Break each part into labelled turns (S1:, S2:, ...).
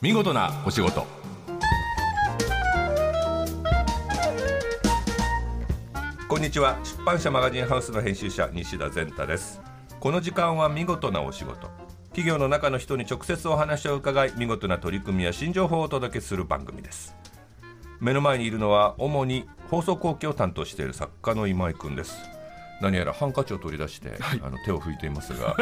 S1: 見事なお仕事こんにちは出版社マガジンハウスの編集者西田善太ですこの時間は見事なお仕事企業の中の人に直接お話を伺い見事な取り組みや新情報をお届けする番組です目の前にいるのは主に放送後期を担当している作家の今井君です何やらハンカチを取り出して、あの手を拭いています が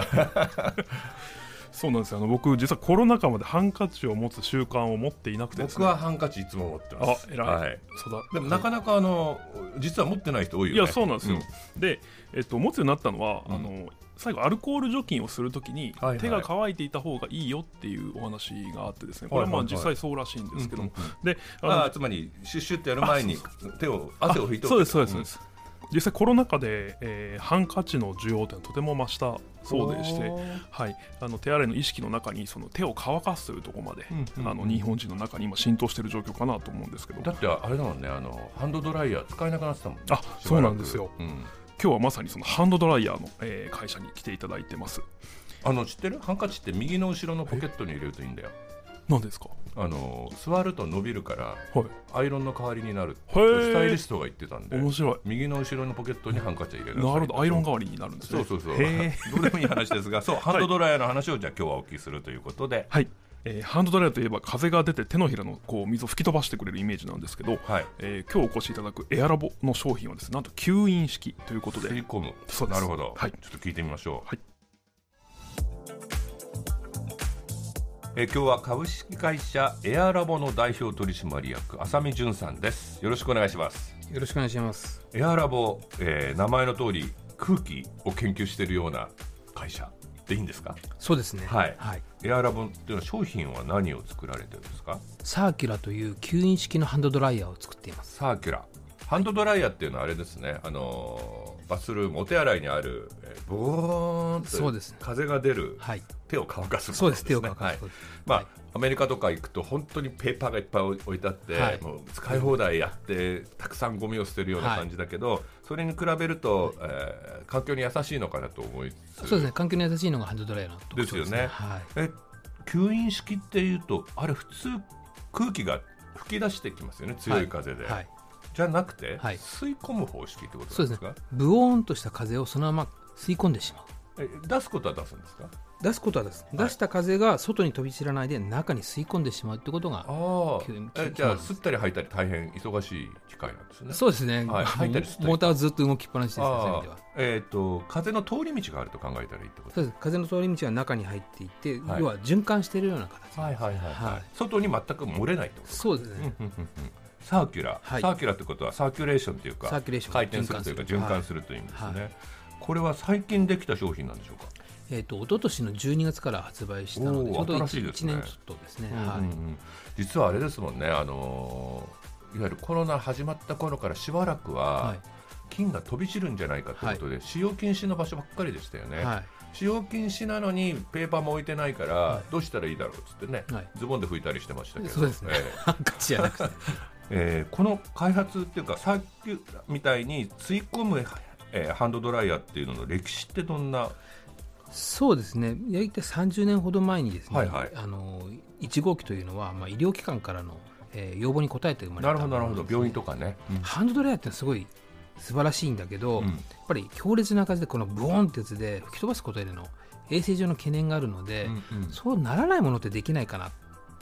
S2: そうなんですよあの僕実はコロナ禍までハンカチを持つ習慣を持っていなくてです
S1: 僕
S2: ね
S1: はハンカチいつも持ってま
S2: あ
S1: す
S2: 偉い、
S1: はい、
S2: そうだ
S1: でもなかなかあの実は持ってない人多いよ
S2: い
S1: ね
S2: やそうなんですよ、で、えっと、持つようになったのは、
S1: うん
S2: あの最後アルコール除菌をするときに、
S1: はいはい
S2: 手が乾いていた方がいいよっていうお話があってですねこれはまあ
S1: はいはいはい
S2: 実際そうらしいんですけども、
S1: うんうん
S2: であの
S1: ああつまりシュッシュってやる前に手を汗を拭いておく
S2: そうですそうですそうです、実際コロナ禍で、えーハンカチの需要というのはとても増したそうでして
S1: おー、
S2: はい、あの手洗いの意識の中にその手を乾かすというところまで、
S1: うんうんうん
S2: あの日本人の中に今浸透している状況かなと思うんですけど
S1: だってあれだもんねあのハンドドライヤー使えなくなってたもんね
S2: あ
S1: しばらく
S2: そうなんですよ
S1: ん
S2: 今日はまさにそのハンドドライヤーの、えー会社に来ていただいてます
S1: あの知ってるハンカチって右の後ろのポケットに入れるといいんだよ
S2: 何ですか
S1: あの座ると伸びるから
S2: はい
S1: アイロンの代わりになるス
S2: ー
S1: タイリストが言ってたんで
S2: 面白い
S1: 右の後ろのポケットにハンカチは入れ
S2: な
S1: な
S2: る
S1: さい
S2: ほどアイロン代わりになるんです
S1: そ
S2: ね
S1: うそうそう
S2: へー
S1: どうでもいい話ですがそうハンドドライヤーの話をじゃあ今日はお聞きするということで
S2: はい、えーハンドドライヤーといえば風が出て手のひらのこう水を吹き飛ばしてくれるイメージなんですけど、
S1: はい
S2: えー今日お越しいただくエアラボの商品はですねなんと吸引式ということで
S1: 吸い込む
S2: そうで
S1: な
S2: す
S1: るほど、
S2: はい
S1: ちょっと聞いてみましょう、
S2: はい
S1: えー今日は株式会社エアラボの代表取締役浅見純さんですよろしくお願いします
S3: よろしくお願いします。
S1: エアラボ、えー名前の通り空気を研究しているような会社でいいんですか
S3: そうですね。
S1: はい
S3: はい。
S1: エアラボっていうのは商品は何を作られてるんですか
S3: サーキュラという吸引式のハンドドライヤーを作っています。
S1: サーキュラーハンドドライヤーっていうのはあれですね、あのーバスルームお手洗いにある、えー、ボーンと
S3: そうですね
S1: 風が出る
S3: はい。
S1: 手を乾かすもの
S3: そうです。手を乾か
S1: は
S3: す
S1: い
S3: ことです。
S1: まあ
S3: はい
S1: アメリカとか行くと本当にペーパーがいっぱい置いてあって、
S3: はい
S1: もう使い放題やってたくさんゴミを捨てるような感じだけど、それに比べると、えー環境に優しいのかなと思いつつ
S3: そうですね。環境に優しいのがハンドドライヤーの特徴です
S1: ですよね
S3: ね。はい。
S1: え吸引式っていうとあれ普通空気が吹き出してきますよね強い風で、
S3: はい。
S1: じゃなくて、
S3: はい
S1: 吸い込む方式ってことなん
S3: そう
S1: で
S3: ですすね
S1: か。
S3: ブオーンとした風をそのまま吸い込んでしまう。
S1: え出すことは出すんですか
S3: 出すことはです。出した風が外に飛び散らないで中に吸い込んでしまうってことが
S1: あ。あ
S3: 吸引
S1: えじゃあ吸ったり吐いたり大変忙しい機械なんですね
S3: そうですね。
S1: はい入ったり吸ったり
S3: モーターはずっと動きっぱなしですね。そういう意
S1: あ
S3: 味では
S1: あ。えっ、と風の通り道があると考えたらいいってこと
S3: そうです。風の通り道は中に入っていて、
S1: はい
S3: 要は循環しているような形。
S1: はいはいはい、は
S3: はいい、
S1: 外に全く漏れないってこ
S3: そうです
S1: と
S3: ね。
S1: うんうんうんうんサーキュラー、
S3: はい
S1: サーキュラーってことはサーキュレーションというか
S3: サーキュレーション
S1: 回転するというか循環するという意味ですね、
S3: は
S1: これは最近できた商品なんでしょうか
S3: えー、と一昨年の12月から発売したので、
S1: おー
S3: ちょうど
S1: 新しい
S3: 1,
S1: ですね
S3: 年ちょっとですね、
S1: うんうんう
S3: はい
S1: ん実はあれですもんね、あのーいわゆるコロナ始まった頃からしばらくは
S3: はい
S1: 菌が飛び散るんじゃないかということで、使用禁止の場所ばっかりでしたよね、
S3: は
S1: 使用禁止なのにペーパーも置いてないから、
S3: は
S1: どうしたらいいだろうっつってね、
S3: はい
S1: ズボンで拭いたりしてましたけど
S3: そうですね
S1: え
S3: ハンカチ じゃなくて、
S1: ええーこの開発っていうかさっきみたいに吸い込む、えーハンドドライヤーっていうのの歴史ってどんな
S3: そうですね、大体30年ほど前にですね、
S1: はいはい
S3: あの1号機というのは、まあ、医療機関からの、えー要望に応えて生まれ
S1: な
S3: た
S1: るほどなるほど病院と
S3: か
S1: かね、
S3: ハンドドライヤーってすごい素晴らしいんだけど、
S1: うん
S3: やっぱり強烈な風で、このブオーンってやつで吹き飛ばすことへの衛生上の懸念があるので、
S1: うんうん
S3: そうならないものってできないかな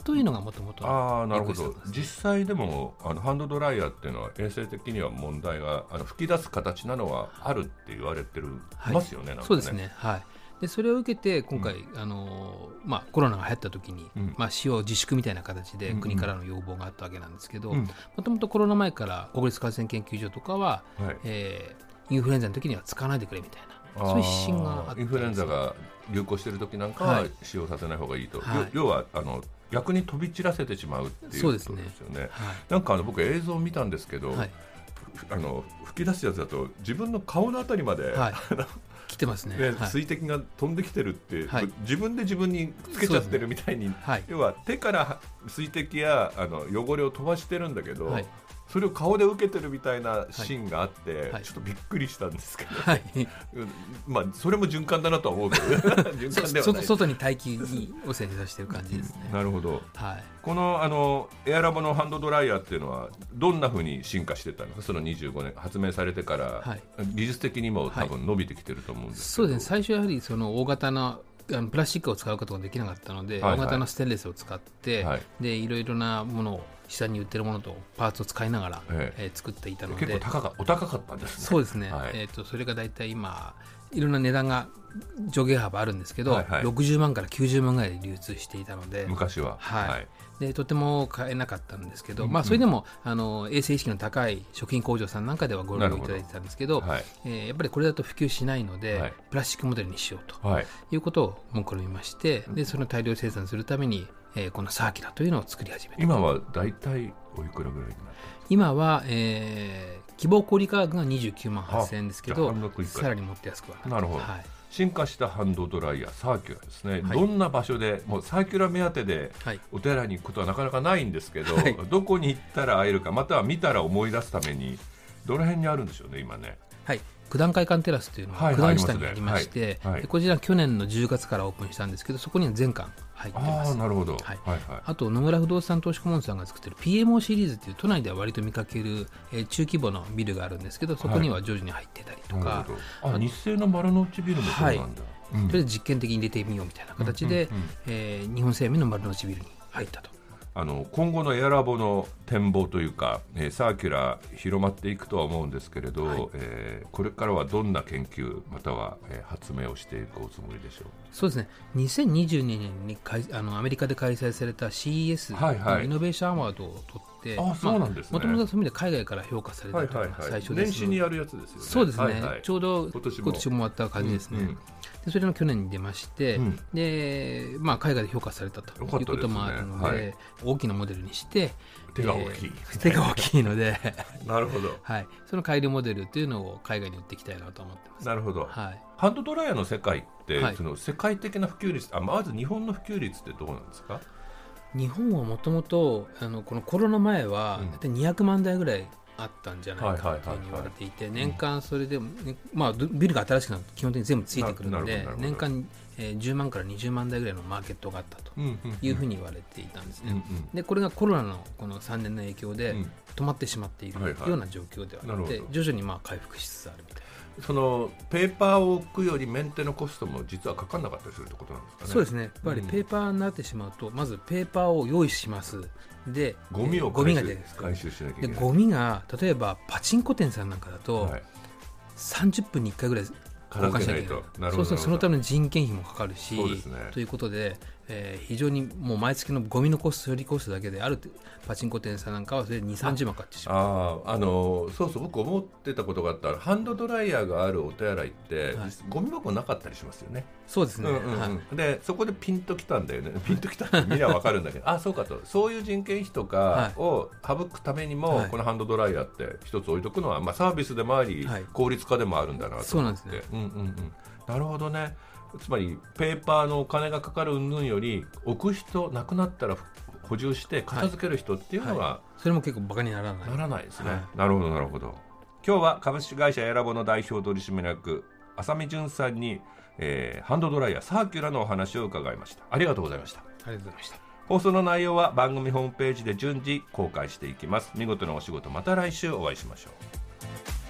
S3: というのがもともと
S1: ああなるほ
S3: リ
S1: ど
S3: クエストですね
S1: 実際でもあのハンドドライヤーっていうのは衛生的には問題があの吹き出す形なのはあるって言われてる、
S3: はい
S1: ますよねなんかね
S3: そうですね、はい、でそれを受けて今回、あのーまあ、コロナが流行った時に、
S1: うん
S3: まあ、使用自粛みたいな形
S1: う
S3: で
S1: んうん
S3: 国からの要望があったわけなんですけど
S1: うん
S3: もともとコロナ前から国立感染研究所とかは、
S1: はい
S3: えーインフルエンザの時には使わないでくれみたいなそういう指針があ
S1: あ
S3: っ
S1: ー
S3: て
S1: インフルエンザが流行してる時なんかは
S3: はい
S1: 使用させない方がいいと、
S3: はい
S1: よ要はあの逆に飛び散らせてしまうっていう
S3: そ
S1: こと
S3: う
S1: で
S3: です
S1: す
S3: ね
S1: よね
S3: は
S1: なんかあの僕映像を見たんですけど、
S3: い、はい
S1: あの吹き出すやつだと自分の顔のあたりまで、
S3: はい、来てますね
S1: ね
S3: はい
S1: 水滴が飛んできてるって、
S3: はい
S1: 自分で自分につけちゃってるみたいに
S3: はい
S1: 要は手から水滴やあの汚れを飛ばしてるんだけど、
S3: はい
S1: それを顔で受けてるみたいなシーンがあって、
S3: はい
S1: ちょっとびっくりしたんですけど、
S3: はい
S1: うんまあそれも循環だなとは思うけ ど循環では
S3: そ
S1: ない
S3: 外に待機にを洗浄してる感じですね。
S1: なるほど
S3: はい、
S1: このあのエアラボのハンドドライヤーっていうのはどんなふうに進化してったのその25年発明されてから、
S3: はい
S1: 技術的にも多分伸びてきてると思うんですけ
S3: そ
S1: ど、
S3: うですね最初やはりその大型なあのプラスチックを使うことができなかったので、
S1: はいはい
S3: 大型のステンレスを使って、
S1: はい
S3: でいろいろなものを下に売ってるものとパーツを使いながら、
S1: ええ
S3: えー作っていたので
S1: 結構高かお高かったんですね
S3: そうですね、
S1: はい
S3: えー、とそれが大体今いろんな値段が上下幅あるんですけど、
S1: はいはい
S3: 60万から90万ぐらいで流通していたので
S1: 昔は
S3: はいでとても買えなかったんですけど、まあ、それでもあの衛生意識の高い食品工場さんなんかではご利用いただいてたんですけど
S1: はい
S3: えーやっぱりこれだと普及しないので、
S1: はい
S3: プラスチックモデルにしようと
S1: はい
S3: いうことを目論みましてでその大量生産するために、えーこのサーキュラというのを作り始めた
S1: 今は大体おいくらぐらいになって
S3: 今は、えー希望小売価格が29万8000円ですけ
S1: あじゃあ
S3: ど
S1: 半額以下
S3: さらにもっと安くは
S1: なるほど
S3: はい
S1: 進化したハンドドライヤーサーキュラーですね、
S3: はい
S1: どんな場所でもうサーキュラー目当てで
S3: はい
S1: お寺に行くことはなかなかないんですけど、
S3: はい
S1: どこに行ったら会えるかまたは見たら思い出すためにどの辺にあるんでしょうね今ね
S3: はい、九段会館テラスというの
S1: は
S3: が
S1: い
S3: 九段下にありまし
S1: あり
S3: て
S1: ますねはいはい
S3: でこちら去年の10月からオープンしたんですけどそこには全館入ってま
S1: ああ
S3: す
S1: なるほど、
S3: はい
S1: はいはい
S3: あと野村不動産投資顧問さんが作ってる PMO シリーズっていう都内では割と見かける、えー中規模のビルがあるんですけどそこには徐々に入ってたりとか、
S1: なるほどあ日清の丸の内ビルもそうなんだ、うん
S3: とりあえず実験的に入れてみようみたいな形で、
S1: うんうんうん
S3: えー日本生命の丸の内ビルに入ったと。
S1: あの今後のエアラボの展望というか、えーサーキュラー広まっていくとは思うんですけれど、えーこれからはどんな研究または、えー発明をしていくおつもりでしょう
S3: そうですね2022年に開あのアメリカで開催された CES
S1: はいはい
S3: のイノベーションアワードを取って、
S1: あそうなんですね
S3: もともとそういう意味で海外から評価されたというのが最初ですので、
S1: 年始にやるやつですよね
S3: そうですね、
S1: はいはい
S3: ちょうど
S1: 今
S3: 今
S1: 年
S3: 年
S1: も
S3: も終わった感じですね、
S1: うんうん
S3: でそれの去年に出まして、
S1: うん
S3: でまあ、海外で評価されたと
S1: よかった
S3: いう
S1: ですね
S3: こともあるので
S1: はい
S3: 大きなモデルにして
S1: 手が大きい
S3: えー手が大きいので、
S1: なるほど
S3: はい、その改良モデルというのを海外に売っていきたいなと思ってます。
S1: なるほど、
S3: はい
S1: ハンドドライヤーの世界って、
S3: はい
S1: その世界的な普及率あまず日本の普及率ってどうなんですか
S3: 日本はもともとあのこのコロナ前は
S1: うん
S3: 大体200万台ぐらいあったんじゃない
S1: は
S3: か
S1: いはい
S3: と
S1: はいいう
S3: ふ
S1: はい
S3: うに言われていて年間それでも、ねまあ、どビルが新しくなると基本的に全部ついてくる
S1: な
S3: の
S1: な
S3: で
S1: るほどなる
S3: 年
S1: ほど
S3: 間、えー10万から20万台ぐらいのマーケットがあったというふうに言われていたんですね。
S1: うん
S3: でこれがコロナのこの3年の影響
S1: う
S3: で
S1: ん
S3: 止まってしまっている
S1: はいはい
S3: ような状況ではあっ
S1: なる
S3: て
S1: ほど
S3: 徐々にまあ回復しつつあるみたいな。
S1: そのペーパーを置くよりメンテのコストも実はかかんなかったりするってことなんですかね
S3: そうです
S1: ね
S3: ねやっぱり
S1: うん
S3: ペーパーになってしまうと、まずペーパーを用意しますで
S1: ゴミを
S3: ゴミが
S1: 回
S3: 出
S1: 収
S3: てく
S1: 回
S3: る
S1: 収しなきゃいけ
S3: で
S1: ない
S3: ゴミが例えばパチンコ店さんなんかだと、
S1: はい
S3: 30分に1回ぐらい
S1: 片付け
S3: 交
S1: な
S3: 換
S1: い
S3: し
S1: となるほど
S3: そうすると
S1: なるほ
S3: そ
S1: ど
S3: のための人件費もかかるし
S1: そうですね
S3: ということで、えー非常にもう毎月のゴミのコスト処理コストだけであるパチンコ店さんなんかはそれで2 3 0万かかってしまう
S1: あああのそうそう僕思ってたことがあったハンドドライヤーがあるお手洗いって、
S3: はい
S1: ゴミ箱なかったりしますよね
S3: そうですね、
S1: うんうんうん
S3: はい
S1: でそこでピンときたんだよね ピンときたってみんなわかるんだけ どあそうかとそういう人件費とかを省くためにも、
S3: はい
S1: このハンドドライヤーって一つ置いとくのは、まあ、サービスでもあり、
S3: はい
S1: 効率化でもあるんだなと
S3: そう
S1: 思
S3: なん
S1: っ
S3: で
S1: て
S3: すね
S1: うんうんうん、なるほどねつまりペーパーのお金がかかる云々より置く人なくなったら補充して片付ける人っていうのが、
S3: はそれも結構バカにならない
S1: ならないですね、
S3: は
S1: なるほどなるほど今日は株式会社エラボの代表取締役浅見淳さんに、えーハンドドライヤーサーキュラのお話を伺いましたありがとうございました
S3: ありがとうございました
S1: 放送の内容は番組ホームページで順次公開していきます見事なお仕事また来週お会いしましょう